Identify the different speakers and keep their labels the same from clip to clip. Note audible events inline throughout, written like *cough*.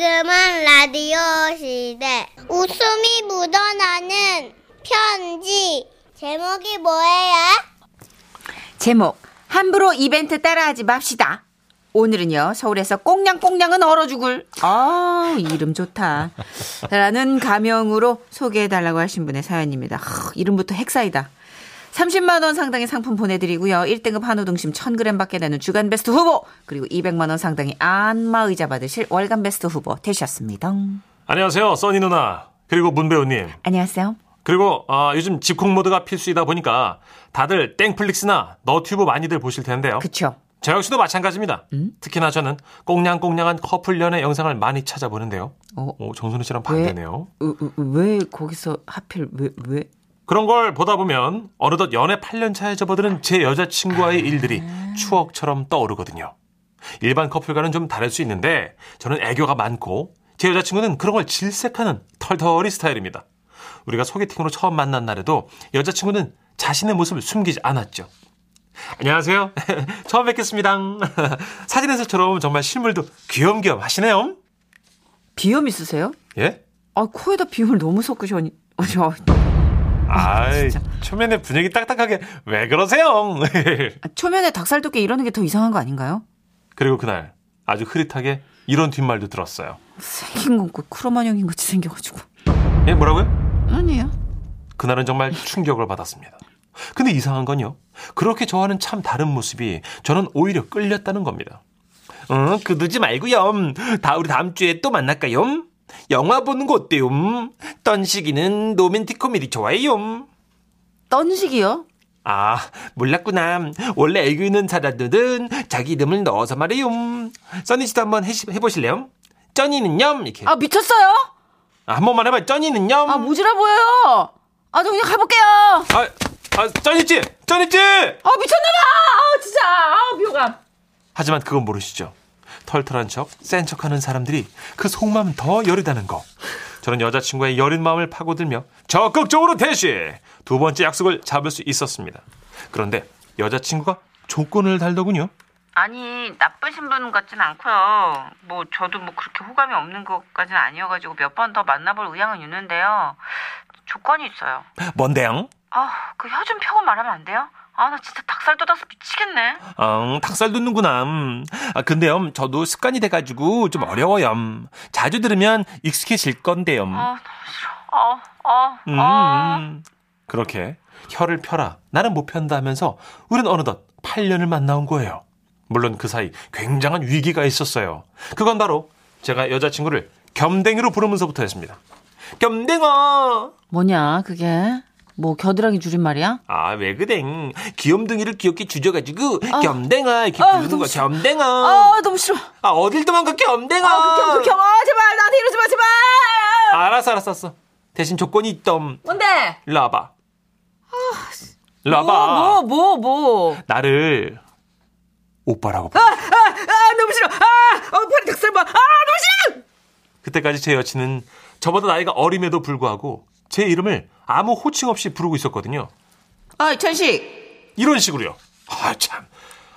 Speaker 1: 지금은 라디오 시대. 웃음이 묻어나는 편지. 제목이 뭐예요?
Speaker 2: 제목 함부로 이벤트 따라하지 맙시다. 오늘은요 서울에서 꽁냥꽁냥은 얼어 죽을 아 이름 좋다 라는 가명으로 소개해달라고 하신 분의 사연입니다 하, 이름부터 핵사이다 30만원 상당의 상품 보내드리고요 1등급 한우 등심 1000g 받게 되는 주간베스트 후보 그리고 200만원 상당의 안마의자 받으실 월간베스트 후보 되셨습니다
Speaker 3: 안녕하세요, 써니 누나. 그리고 문 배우님.
Speaker 2: 안녕하세요
Speaker 3: 그리고 아, 요즘 집콕 모드가 필수이다 보니까 다들 땡플릭스나 너튜브 많이들 보실 텐데요.
Speaker 2: 그쵸 음?
Speaker 3: 저 역시도 마찬가지입니다. 특히나 저는 꽁냥꽁냥한 커플 연애 영상을 많이 찾아보는데요.
Speaker 2: 어.
Speaker 3: 오, 정선우 씨랑 반대네요.
Speaker 2: 으, 으, 왜 거기서 하필 왜 왜?
Speaker 3: 그런 걸 보다 보면 어느덧 연애 8년 차에 접어드는 제 여자친구와의 일들이 추억처럼 떠오르거든요. 일반 커플과는 좀 다를 수 있는데 저는 애교가 많고 제 여자친구는 그런 걸 질색하는 털털이 스타일입니다. 우리가 소개팅으로 처음 만난 날에도 여자친구는 자신의 모습을 숨기지 않았죠. 안녕하세요. *laughs* 처음 뵙겠습니다. *laughs* 사진에서처럼 정말 실물도 귀염귀염 하시네요.
Speaker 2: 비염 있으세요?
Speaker 3: 예?
Speaker 2: 아 코에다 비염을 너무 섞으셔니 아, 저
Speaker 3: 아이, 초면에 분위기 딱딱하게 왜 그러세요? *laughs*
Speaker 2: 아, 초면에 닭살 돋게 이러는 게 더 이상한 거 아닌가요?
Speaker 3: 그리고 그날 아주 흐릿하게 이런 뒷말도 들었어요.
Speaker 2: 생긴 건그 크로마뇽인 같이 생겨가지고
Speaker 3: 예, 뭐라고요?
Speaker 2: 아니에요.
Speaker 3: 그날은 정말 충격을 받았습니다. 근데 이상한 건요. 그렇게 저와는 참 다른 모습이 저는 오히려 끌렸다는 겁니다. 응, 그러지 말고요. 다 우리 다음 주에 또 만날까요? 영화 보는 거 어때요? 떤식이는 로맨틱 코미디 좋아해요.
Speaker 2: 떤식이요?
Speaker 3: 아, 몰랐구나. 원래 애교 있는 사람들은 자기 이름을 넣어서 말해요. 써니 씨도 한번 해시- 해보실래요? 쩌니는요? 이렇게.
Speaker 2: 아 미쳤어요?
Speaker 3: 아, 한 번만 해봐요. 쩌니는요?
Speaker 2: 아 모지라 보여요. 아 저 그냥 가볼게요. 아
Speaker 3: 아, 아, 쩐있지! 쩐있지!
Speaker 2: 미쳤나봐. 아 진짜 아 비호감.
Speaker 3: 하지만 그건 모르시죠. 털털한 척, 센 척하는 사람들이 그 속마음 더 여리다는 거. 저는 여자친구의 여린 마음을 파고들며 적극적으로 대시! 두 번째 약속을 잡을 수 있었습니다. 그런데 여자친구가 조건을 달더군요.
Speaker 4: 아니 나쁘신 분 같진 않고요. 뭐 저도 뭐 그렇게 호감이 없는 것까지는 아니어가지고 몇 번 더 만나볼 의향은 있는데요. 조건이 있어요.
Speaker 3: 뭔데요?
Speaker 4: 아 그 혀 좀 펴고 말하면 안 돼요? 아 나 진짜 닭살 돋아서 미치겠네.
Speaker 3: 응, 닭살 돋는구나. 음. 아, 근데요, 저도 습관이 돼가지고 좀 어려워요. 자주 들으면 익숙해질 건데요.
Speaker 4: 아 너무 싫어. 아, 아,
Speaker 3: 음.
Speaker 4: 아.
Speaker 3: 그렇게 혀를 펴라. 나는 못 편다 하면서 우린 어느덧 8년을 만나온 거예요. 물론 그 사이 굉장한 위기가 있었어요. 그건 바로 제가 여자친구를 겸댕이로 부르면서부터였습니다. 겸댕아!
Speaker 2: 뭐냐 그게 뭐 겨드랑이 줄임말이야?
Speaker 3: 아, 왜 그댕. 귀염둥이를 귀엽게 주져가지고 겸댕아 이렇게
Speaker 2: 아,
Speaker 3: 부르는
Speaker 2: 너무
Speaker 3: 거야.
Speaker 2: 싫어.
Speaker 3: 겸댕아.
Speaker 2: 아 너무 싫어. 아
Speaker 3: 아, 어딜 도망가 겸댕아.
Speaker 2: 극혐 극혐. 아 제발 나한테 이러지 마 제발.
Speaker 3: 알았어, 알았어, 알았어. 대신 조건이 있덤.
Speaker 2: 뭔데?
Speaker 3: 일로 와봐. 일로 와봐.
Speaker 2: 뭐 뭐, 뭐, 뭐.
Speaker 3: 나를 오빠라고 불러.
Speaker 2: 아, 아, 아 너무 싫어. 아 어, 팔에 닭살 봐. 아 너무 싫어.
Speaker 3: 그때까지 제 여친은 저보다 나이가 어림에도 불구하고 제 이름을 아무 호칭 없이 부르고 있었거든요.
Speaker 2: 아 천식.
Speaker 3: 이런 식으로요. 아 참.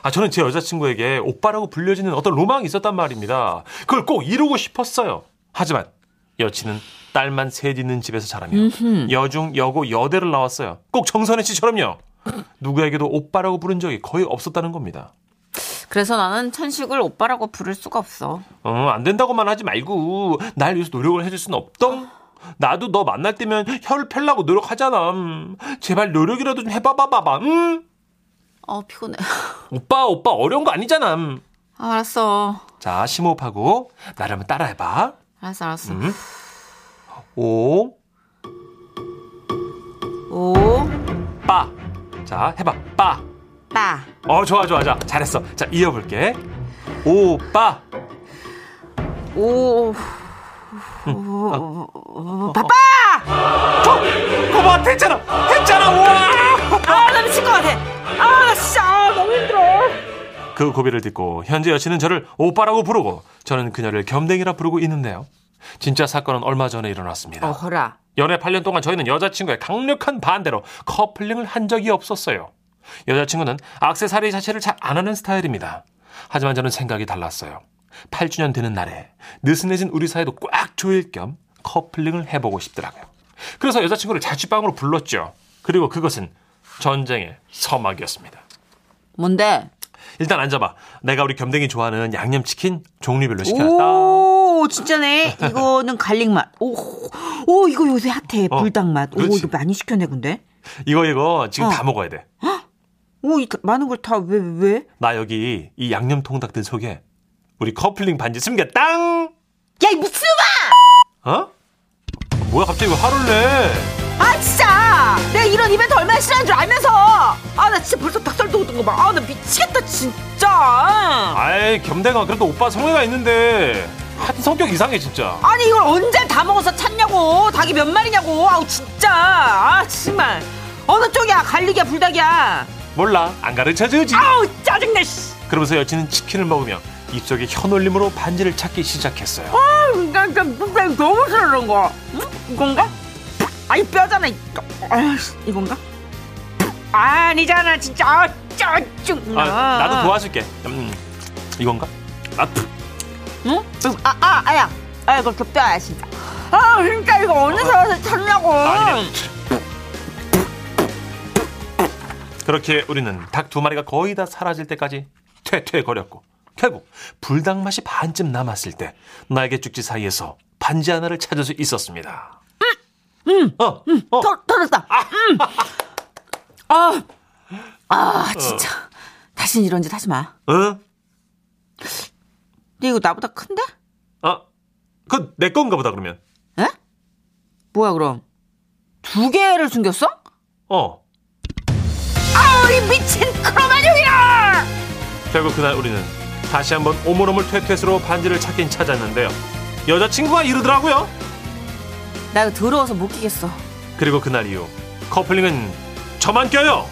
Speaker 3: 아 저는 제 여자친구에게 오빠라고 불려지는 어떤 로망이 있었단 말입니다. 그걸 꼭 이루고 싶었어요. 하지만 여친은 딸만 셋 있는 집에서 자라며 여중 여고 여대를 나왔어요. 꼭 정선혜 씨처럼요. 누구에게도 오빠라고 부른 적이 거의 없었다는 겁니다.
Speaker 2: 그래서 나는 천식을 오빠라고 부를 수가 없어.
Speaker 3: 어, 안 된다고만 하지 말고 날 위해서 노력을 해줄 순 없덩? 나도 너 만날 때면 혀를 펴려고 노력하잖아. 음, 제발 노력이라도 좀 해봐봐봐봐. 음?
Speaker 2: 어 피곤해.
Speaker 3: 오빠 오빠 어려운 거 아니잖아. 음.
Speaker 2: 아, 알았어.
Speaker 3: 자 심호흡하고 나를 한번 따라해봐.
Speaker 2: 알았어, 알았어.
Speaker 3: 음. 오
Speaker 2: 오,
Speaker 3: 빠. 자 해봐 빠.
Speaker 2: 빠.
Speaker 3: 어 좋아 좋아 좋아 잘했어. 자 이어볼게. 오빠.
Speaker 2: 오,
Speaker 3: 저 어? 거봐 했잖아 했잖아 와.
Speaker 2: 아, 나 미칠 것 같아. 아, 나 진짜, 아, 너무 힘들어.
Speaker 3: 그 고비를 듣고 현재 여친은 저를 오빠라고 부르고 저는 그녀를 겸댕이라 부르고 있는데요. 진짜 사건은 얼마 전에 일어났습니다.
Speaker 2: 어허라.
Speaker 3: 연애 8년 동안 저희는 여자친구의 강력한 반대로 커플링을 한 적이 없었어요. 여자친구는 악세사리 자체를 잘 안 하는 스타일입니다. 하지만 저는 생각이 달랐어요. 8주년 되는 날에 느슨해진 우리 사이도 꽉 조일 겸 커플링을 해보고 싶더라고요. 그래서 여자친구를 자취방으로 불렀죠. 그리고 그것은 전쟁의 서막이었습니다.
Speaker 2: 뭔데?
Speaker 3: 일단 앉아봐. 내가 우리 겸댕이 좋아하는 양념치킨 종류별로 시켜놨다.
Speaker 2: 오, 진짜네. 이거는 갈릭 맛. 오, 오, 이거 요새 핫해.
Speaker 3: 어,
Speaker 2: 불닭 맛. 오,
Speaker 3: 그렇지.
Speaker 2: 이거 많이 시켰네, 근데.
Speaker 3: 이거 이거 지금
Speaker 2: 어.
Speaker 3: 다 먹어야 돼.
Speaker 2: 오, 이 다- 많은 걸 다 왜, 왜? 왜?
Speaker 3: 나 여기 이 양념 통닭들 속에 우리 커플링 반지 숨겼당.
Speaker 2: 야, 이 무스마!
Speaker 3: 어? 뭐야 갑자기 왜 화를 내?
Speaker 2: 아 진짜 내가 이런 이벤트 얼마나 싫어하는 줄 알면서 아 나 진짜 벌써 닭살 돋은 거봐 아 나 미치겠다 진짜
Speaker 3: 아이 겸댕아 그래도 오빠 성애가 있는데 하여튼 성격 이상해 진짜.
Speaker 2: 아니 이걸 언제 다 먹어서 찾냐고 닭이 몇 마리냐고 아우 진짜 아 정말 어느 쪽이야 갈릭이야 불닭이야
Speaker 3: 몰라 안 가르쳐주지.
Speaker 2: 아우 짜증내 씨
Speaker 3: 그러면서 여친은 치킨을 먹으며 입속에 혀놀림으로 반지를 찾기 시작했어요.
Speaker 2: 아우 나 진짜 불닭이 너무 싫어 이런 거 응? 이건가? 아이 뼈잖아 이거 아 이건가? 아니잖아 진짜 아 짜증
Speaker 3: 아, 나도 도와줄게. 음, 이건가? 아, 푸.
Speaker 2: 응? 아, 아, 아야. 아, 이거 겹다, 진짜. 아, 그러니까 이거 어느 사람한테 찾냐고.
Speaker 3: 아니네. 그렇게 우리는 닭 두 마리가 거의 다 사라질 때까지 퇴퇴거렸고 결국 불닭 맛이 반쯤 남았을 때 날개 쭉지 사이에서 반지 하나를 찾을 수 있었습니다. 음, 어, 어,
Speaker 2: 터, 터졌다. 음. 아, 아, 진짜. 다신 이런 짓 하지 마.
Speaker 3: 응,
Speaker 2: 근데 이거 나보다 큰데?
Speaker 3: 어, 그내 건가 보다 그러면.
Speaker 2: 에? 뭐야, 그럼? 두 개를 숨겼어?
Speaker 3: 어,
Speaker 2: 아우, 이 미친 크로마뇽이야!
Speaker 3: 결국 그날 우리는 다시 한번 오물오물 퇴퇴스로 반지를 찾긴 찾았는데요. 여자친구가 이러더라고요.
Speaker 2: 나 이거 더러워서 못 끼겠어.
Speaker 3: 그리고 그날 이후 커플링은 저만
Speaker 2: *laughs*
Speaker 3: 껴요.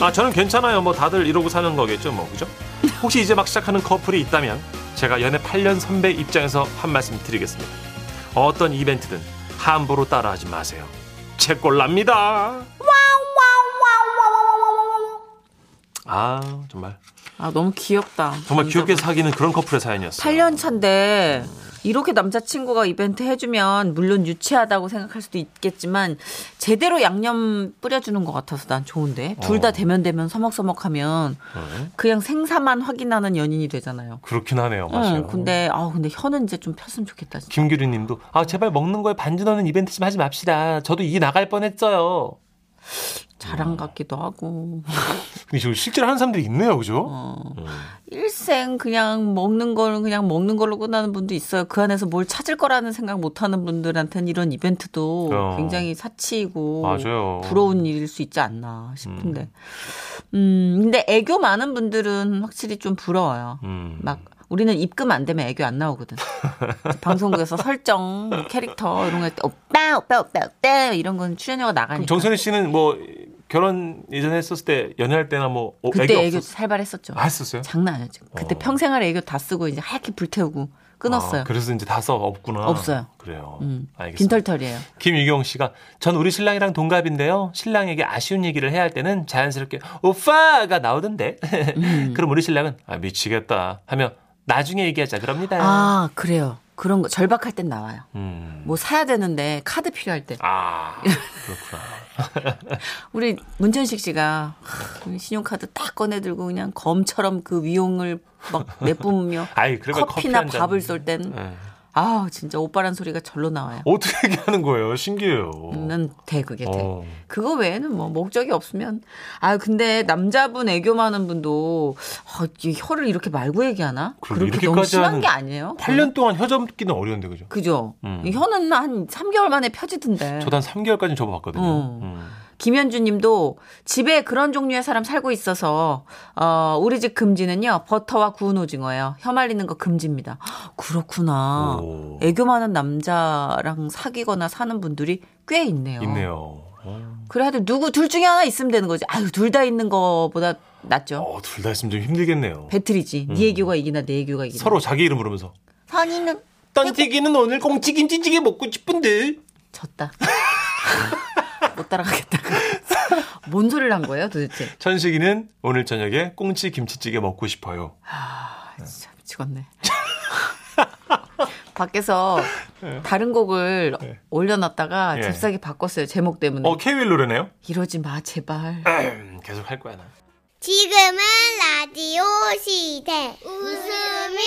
Speaker 3: 아 저는 괜찮아요. 뭐 다들 이러고 사는 거겠죠, 뭐 그죠? 혹시 이제 막 시작하는 커플이 있다면 제가 연애 8년 선배 입장에서 한 말씀 드리겠습니다. 어떤 이벤트든 함부로 따라하지 마세요. 제꼴납니다. 아 정말
Speaker 2: 아, 너무 귀엽다.
Speaker 3: 정말
Speaker 2: 남자분.
Speaker 3: 귀엽게 사귀는 그런 커플의 사연이었어요.
Speaker 2: 8년 차인데 이렇게 남자친구가 이벤트 해주면 물론 유치하다고 생각할 수도 있겠지만 제대로 양념 뿌려주는 것 같아서 난 좋은데 둘 다
Speaker 3: 어.
Speaker 2: 대면 대면 서먹서먹하면
Speaker 3: 네.
Speaker 2: 그냥 생사만 확인하는 연인이 되잖아요.
Speaker 3: 그렇긴 하네요, 맞아요.
Speaker 2: 응, 음, 근데 아 근데 혀는 이제 좀 폈으면 좋겠다. 진짜.
Speaker 3: 김규리님도 아 제발 먹는 거에 반지 넣는 이벤트 좀 하지 맙시다. 저도 이 나갈 뻔했어요. 음.
Speaker 2: 자랑 같기도 하고
Speaker 3: 근데 지금 실제로 하는 사람들이 있네요, 그죠?
Speaker 2: 어.
Speaker 3: 음,
Speaker 2: 일생 그냥 먹는 걸 그냥 먹는 걸로 끝나는 분도 있어요. 그 안에서 뭘 찾을 거라는 생각 못 하는 분들한테는 이런 이벤트도
Speaker 3: 어.
Speaker 2: 굉장히 사치이고
Speaker 3: 맞아요.
Speaker 2: 부러운 일일 수 있지 않나 싶은데. 음. 근데 애교 많은 분들은 확실히 좀 부러워요.
Speaker 3: 음.
Speaker 2: 막 우리는 입금 안 되면 애교 안
Speaker 3: *laughs*
Speaker 2: 나오거든. 방송국에서 설정, 뭐 캐릭터 이런 거때 오빠, 오빠, 오빠, 오빠 이런 건 출연료가
Speaker 3: 그럼
Speaker 2: 나가니까.
Speaker 3: 정선희 씨는 뭐 결혼 이전에 했었을 때 연애할 때나 뭐 어,
Speaker 2: 그때 애교,
Speaker 3: 애교 없었...
Speaker 2: 살발했었죠.
Speaker 3: 아, 했었어요?
Speaker 2: 장난 아니었죠. 그때
Speaker 3: 어.
Speaker 2: 평생할 애교 다 쓰고 이제 하얗게 불태우고 끊었어요.
Speaker 3: 아, 그래서 이제 다써 없구나.
Speaker 2: 없어요.
Speaker 3: 그래요.
Speaker 2: 음,
Speaker 3: 알겠습니다.
Speaker 2: 빈털털이에요.
Speaker 3: 김유경 씨가 전 우리 신랑이랑 동갑인데요. 신랑에게 아쉬운 얘기를 해야 할 때는 자연스럽게 오빠가 나오던데. *laughs*
Speaker 2: 음.
Speaker 3: 그럼 우리 신랑은 아 미치겠다 하며 나중에 얘기하자 그럽니다.
Speaker 2: 아 그래요. 그런 거 절박할 땐 나와요.
Speaker 3: 음.
Speaker 2: 뭐 사야 되는데 카드 필요할 때
Speaker 3: 아 그렇구나.
Speaker 2: 우리 문천식 씨가 하, 신용카드 딱 꺼내들고 그냥 검처럼 그 위용을 막 내뿜으며
Speaker 3: 아이, 그러면 커피
Speaker 2: 커피나
Speaker 3: 한 잔.
Speaker 2: 밥을 쏠 때는
Speaker 3: 네.
Speaker 2: 아 진짜 오빠란 소리가 절로 나와요.
Speaker 3: 어떻게 얘기하는 거예요? 신기해요.
Speaker 2: 는 돼, 그게 돼.
Speaker 3: 어.
Speaker 2: 그거 외에는 뭐 목적이 없으면 아 근데 남자분 애교 많은 분도 아, 이 혀를 이렇게 말고 얘기하나?
Speaker 3: 그리고
Speaker 2: 그렇게 너무
Speaker 3: 이렇게까지
Speaker 2: 심한
Speaker 3: 하는-
Speaker 2: 게 아니에요? 어,
Speaker 3: 8년 동안 혀 접기는 어려운데 그죠?
Speaker 2: 그죠?
Speaker 3: 음.
Speaker 2: 이 혀는 한 3개월 만에 펴지던데.
Speaker 3: 저도 한 3개월까지는 접어봤거든요.
Speaker 2: 어.
Speaker 3: 음.
Speaker 2: 김현주 님도 집에 그런 종류의 사람 살고 있어서, 어, 우리 집 금지는요, 버터와 구운 오징어예요. 혀 말리는 거 금지입니다. *gasps* 그렇구나.
Speaker 3: 오.
Speaker 2: 애교 많은 남자랑 사귀거나 사는 분들이 꽤 있네요.
Speaker 3: 있네요. 어,
Speaker 2: 그래도 누구 둘 중에 하나 있으면 되는 거지. 아유, 둘 다 있는 거보다 낫죠.
Speaker 3: 어, 둘 다 있으면 좀 힘들겠네요.
Speaker 2: 배틀이지. 네 애교가 이기나 내 애교가 이기나.
Speaker 3: 서로 자기 이름 부르면서
Speaker 2: 선이는
Speaker 3: 던지기는 오늘 공치긴 찌찌개 먹고 싶은데
Speaker 2: 졌다. *laughs* 못 따라가겠다. 뭔 소리를 한 거예요, 도대체?
Speaker 3: 천식이는 오늘 저녁에 꽁치 김치찌개 먹고 싶어요.
Speaker 2: 아, 진짜
Speaker 5: 죽었네. 밖에서 다른 곡을
Speaker 3: 네.
Speaker 5: 올려놨다가
Speaker 3: 예.
Speaker 5: 잽싸게 바꿨어요. 제목 때문에.
Speaker 3: 어, 케이윌 노래네요?
Speaker 5: 이러지 마, 제발.
Speaker 3: 계속 할 거야, 나.
Speaker 6: 지금은 라디오 시대. 웃음이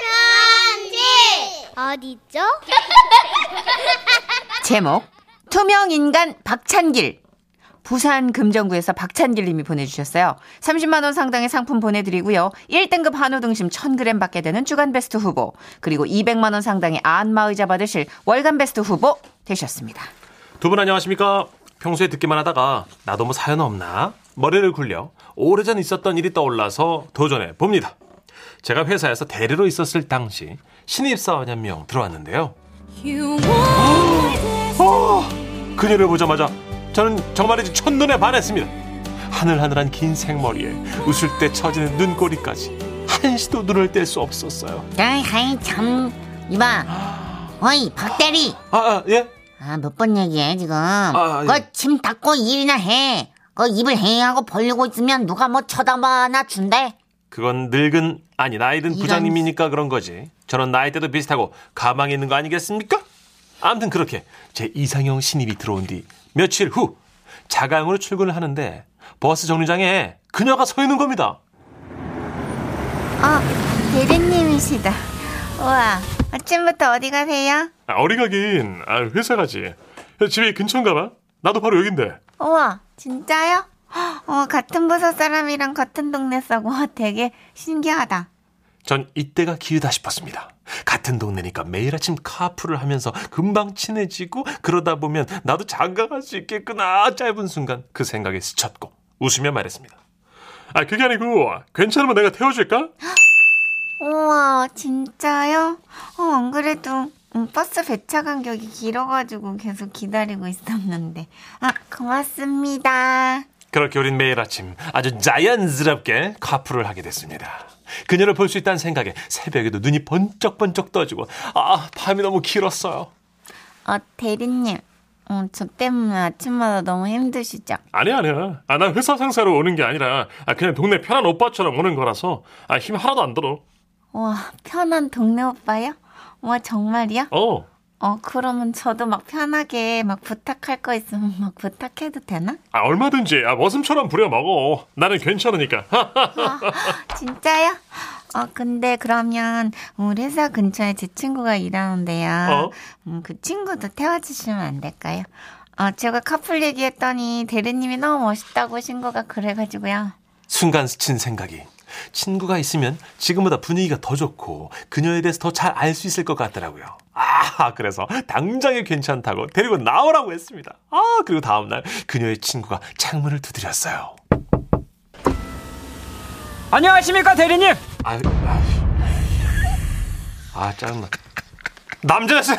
Speaker 6: 묻어나는 편지. 어디죠?
Speaker 5: 제목 투명인간 박찬길 부산 금정구에서 박찬길 님이 보내주셨어요. 30만 원 상당의 상품 보내드리고요. 1등급 한우 등심 1000g 받게 되는 주간베스트 후보 그리고 200만 원 상당의 안마의자 받으실 월간베스트 후보 되셨습니다.
Speaker 3: 두 분 안녕하십니까? 평소에 듣기만 하다가 나도 뭐 사연 없나? 머리를 굴려 오래전 있었던 일이 떠올라서 도전해 봅니다. 제가 회사에서 대리로 있었을 당시 신입사원 한 명 들어왔는데요. 어, 그녀를 보자마자 저는 정말이지 첫눈에 반했습니다. 하늘하늘한 긴 생머리에 웃을 때 처지는 눈꼬리까지 한시도 눈을 뗄 수 없었어요.
Speaker 1: 아이, 아이, 참. 이봐. 어이, 박대리.
Speaker 3: 아, 아 예?
Speaker 1: 아, 몇 번 얘기해, 지금.
Speaker 3: 예.
Speaker 1: 그침 닦고 일이나 해. 그 입을 행하고 벌리고 있으면 누가 뭐 쳐다봐나 준대.
Speaker 3: 그건 늙은 아니 나이든 부장님이니까 그런 거지. 저는 나이 때도 비슷하고 가망이 있는 거 아니겠습니까? 아무튼 그렇게 제 이상형 신입이 들어온 뒤 며칠 후 자가용으로 출근을 하는데 버스 정류장에 그녀가 서 있는 겁니다.
Speaker 5: 아 대리님이시다. 우와 아침부터 어디 가세요?
Speaker 3: 어리 가긴 아, 회사 가지. 집에 근처인가 봐. 나도 바로 여긴데.
Speaker 5: 우와 진짜요? 어 같은 부서 사람이랑 같은 동네 싸고 되게 신기하다.
Speaker 3: 전 이때가 기회다 싶었습니다. 같은 동네니까 매일 아침 카풀을 하면서 금방 친해지고 그러다 보면 나도 장가갈 수 있겠구나 짧은 순간 그 생각에 스쳤고 웃으며 말했습니다. 아 그게 아니고 괜찮으면 내가 태워줄까?
Speaker 5: 우와 진짜요? 어, 안 그래도 음, 버스 배차 간격이 길어가지고 계속 기다리고 있었는데 아 고맙습니다
Speaker 3: 그렇게 우린 매일 아침 아주 자연스럽게 카풀을 하게 됐습니다. 그녀를 볼 수 있다는 생각에 새벽에도 눈이 번쩍번쩍 떠지고 아 밤이 너무 길었어요.
Speaker 5: 어 대리님 어, 저 때문에 아침마다 너무 힘드시죠?
Speaker 3: 아니야 아니야. 아 난 회사 상사로 오는 게 아니라 그냥 동네 편한 오빠처럼 오는 거라서 아, 힘 하나도 안 들어.
Speaker 5: 우와 편한 동네 오빠요? 우와 정말이요?
Speaker 3: 어.
Speaker 5: 어 그러면 저도 막 편하게 막 부탁할 거 있으면 막 부탁해도 되나?
Speaker 3: 아 얼마든지 아 머슴처럼 부려 먹어. 나는 괜찮으니까.
Speaker 5: 진짜요? 어, 근데 그러면 우리 회사 근처에 제 친구가 일하는데요.
Speaker 3: 어?
Speaker 5: 음, 그 친구도 태워주시면 안 될까요? 어, 제가 커플 얘기했더니 대리님이 너무 멋있다고 친구가 그래가지고요.
Speaker 3: 순간 스친 생각이 친구가 있으면 지금보다 분위기가 더 좋고 그녀에 대해서 더 잘 알 수 있을 것 같더라고요. 아 그래서 당장에 괜찮다고 데리고 나오라고 했습니다. 아 그리고 다음 날 그녀의 친구가 창문을 두드렸어요.
Speaker 2: 안녕하십니까 대리님
Speaker 3: 아, 아, 아 짜증나. 남자였어요.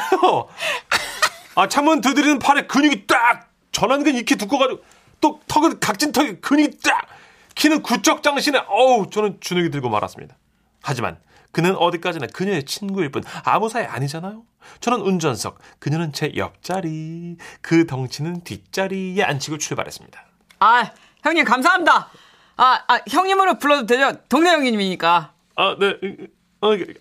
Speaker 3: 아 창문 두드리는 팔에 근육이 딱 전완근 익히 두꺼가지고 또 턱은 각진 턱에 근육이 딱 키는 구쩍 장신에 어우 저는 주눅이 들고 말았습니다. 하지만 그는 어디까지나 그녀의 친구일 뿐 아무 사이 아니잖아요. 저는 운전석, 그녀는 제 옆자리, 그 덩치는 뒷자리에 앉히고 출발했습니다.
Speaker 2: 아 형님 감사합니다 아, 아 형님으로 불러도 되죠 동네 형님이니까
Speaker 3: 아, 네,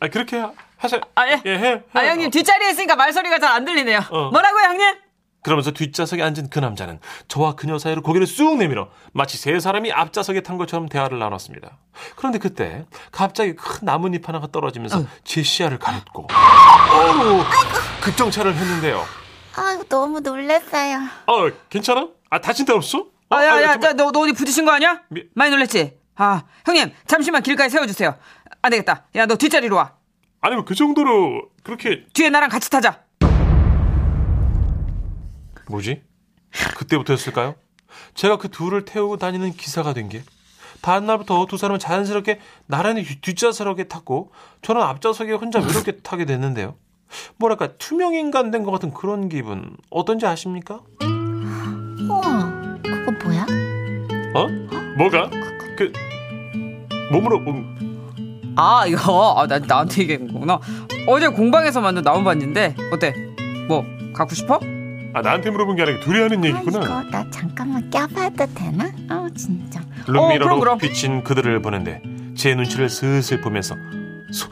Speaker 3: 아, 그렇게 하세요.
Speaker 2: 아예 아 형님 뒷자리에 있으니까 말소리가 잘 안 들리네요
Speaker 3: 어.
Speaker 2: 뭐라고요 형님
Speaker 3: 그러면서 뒷좌석에 앉은 그 남자는 저와 그녀 사이로 고개를 쑥 내밀어 마치 세 사람이 앞좌석에 탄 것처럼 대화를 나눴습니다. 그런데 그때 갑자기 큰 나뭇잎 하나가 떨어지면서 제 시야를 가렸고
Speaker 2: 아!
Speaker 3: 어우, 급정차를 했는데요.
Speaker 5: 아이고, 너무 놀랐어요.
Speaker 3: 어, 괜찮아? 아, 다친 데 없어? 어,
Speaker 2: 아
Speaker 3: 아니,
Speaker 2: 야야
Speaker 3: 잠깐만.
Speaker 2: 너, 너 어디 부딪힌 거 아니야
Speaker 3: 미-
Speaker 2: 많이 놀랬지 아 형님 잠시만 길가에 세워주세요 안 되겠다 야 너 뒷자리로 와
Speaker 3: 아니면 그 정도로 그렇게
Speaker 2: 뒤에 나랑 같이 타자
Speaker 3: 뭐지? 그때부터였을까요? 제가 그 둘을 태우고 다니는 기사가 된 게 다음날부터 두 사람은 자연스럽게 나란히 뒷- 뒷좌석에 탔고 저는 앞좌석에 혼자 외롭게 타게 됐는데요. 뭐랄까 투명인간 된 것 같은 그런 기분 어떤지 아십니까?
Speaker 1: 우와, 그거 뭐야?
Speaker 3: 어? 뭐가? 그 몸으로 음,
Speaker 2: 아 이거 아, 나, 나한테 얘기한 거구나 어제 공방에서 만든 나무 반지인데 어때 뭐 갖고 싶어?
Speaker 3: 아 나한테 물어본 게 아니라 둘이 하는
Speaker 1: 이거 나 잠깐만 껴봐도 되나? 어, 진짜.
Speaker 3: 룸미러로
Speaker 2: 어, 그럼, 그럼.
Speaker 3: 비친 그들을 보는데 제 눈치를 슬슬 보면서 소-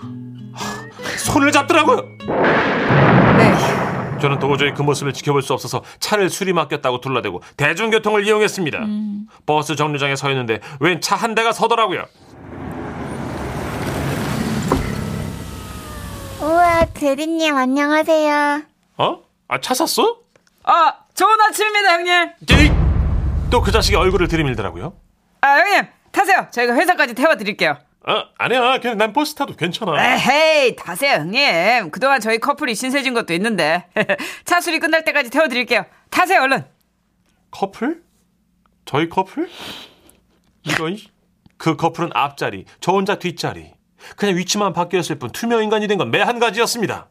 Speaker 3: 손을 잡더라고요.
Speaker 7: 네.
Speaker 3: 저는 도저히 그 모습을 지켜볼 수 없어서 차를 수리맡겼다고 둘러대고 대중교통을 이용했습니다.
Speaker 2: 음.
Speaker 3: 버스 정류장에 서 있는데 웬 차 한 대가 서더라고요.
Speaker 5: 우와, 대리님, 안녕하세요.
Speaker 3: 어? 아 차 샀어?
Speaker 8: 아, 좋은 아침입니다, 형님.
Speaker 3: 또 그 자식의 얼굴을 들이밀더라고요.
Speaker 8: 아, 형님, 타세요. 저희가 회사까지 태워드릴게요.
Speaker 3: 어, 아니야. 그냥 난 버스 타도 괜찮아.
Speaker 8: 에헤이, 타세요, 형님. 그동안 저희 커플이 신세진 것도
Speaker 2: *laughs*
Speaker 8: 있는데. 차 수리 끝날 때까지 태워드릴게요. 타세요, 얼른.
Speaker 3: 커플? 저희 커플? 이거 이- 그 커플은 앞자리, 저 혼자 뒷자리. 그냥 위치만 바뀌었을 뿐 투명 인간이 된 건 매 한 가지였습니다.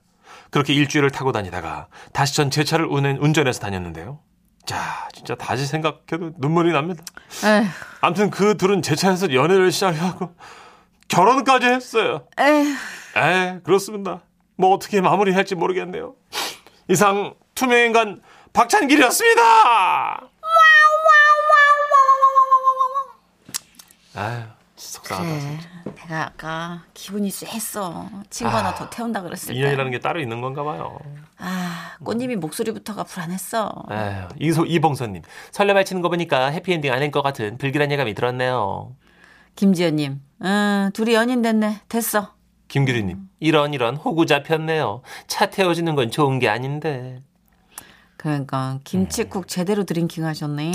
Speaker 3: 그렇게 일주일을 타고 다니다가 다시 전 제 차를 운행, 운전해서 다녔는데요. 자, 진짜 다시 생각해도 눈물이 납니다.
Speaker 8: 에휴,
Speaker 3: 암튼 그 둘은 제 차에서 연애를 시작하고 결혼까지 했어요.
Speaker 8: 에휴.
Speaker 3: 에 그렇습니다. 뭐 어떻게 마무리할지 모르겠네요. 이상 투명인간 박찬길이었습니다. 아유 속상하다.
Speaker 2: 그래, 네, 내가 아까 기분이 쎄했어. 친구 하나 더 태운다 그랬을 때.
Speaker 3: 아, 인연이라는 게 따로 있는 건가 봐요.
Speaker 2: 아, 꽃님이 목소리부터가 불안했어.
Speaker 3: 에휴, 이소 이봉선님 설레발 치는 거 보니까 해피엔딩 아닌 것 같은 불길한 예감이 들었네요.
Speaker 2: 김지연님, 음, 둘이 연인 됐네. 됐어. 음.
Speaker 3: 김규리님 이런 이런 호구 잡혔네요. 차 태워지는 건 좋은 게 아닌데.
Speaker 2: 그러니까
Speaker 3: 네.
Speaker 2: 김치국 제대로 드링킹 하셨네.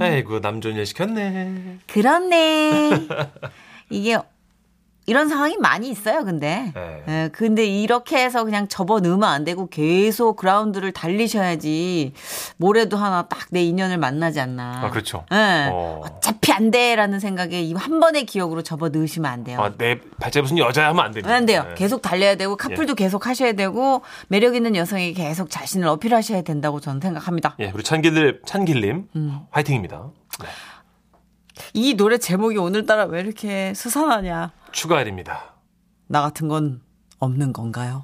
Speaker 3: 아이고 남존일 시켰네. *laughs*
Speaker 2: 그렇네. 이게 이런 상황이 많이 있어요, 근데.
Speaker 3: 네.
Speaker 2: 예, 근데 이렇게 해서 그냥 접어 넣으면 안 되고 계속 그라운드를 달리셔야지 모레도 하나 딱 내 인연을 만나지 않나.
Speaker 3: 아 그렇죠.
Speaker 2: 예.
Speaker 3: 어.
Speaker 2: 어차피 안 돼라는 생각에 이 한 번의 기억으로 접어 넣으시면 안 돼요.
Speaker 3: 아, 내 발제 무슨 여자야 하면 안 됩니다.
Speaker 2: 안 돼요.
Speaker 3: 네.
Speaker 2: 계속 달려야 되고 카풀도 계속 하셔야 되고 매력 있는 여성에게 계속 자신을 어필하셔야 된다고 저는 생각합니다.
Speaker 3: 예, 우리 찬길님, 찬길님,
Speaker 2: 음.
Speaker 3: 화이팅입니다. 네,
Speaker 8: 이 노래 제목이 오늘따라 왜 이렇게 수산하냐.
Speaker 3: 추가일입니다.
Speaker 8: 나 같은 건 없는 건가요?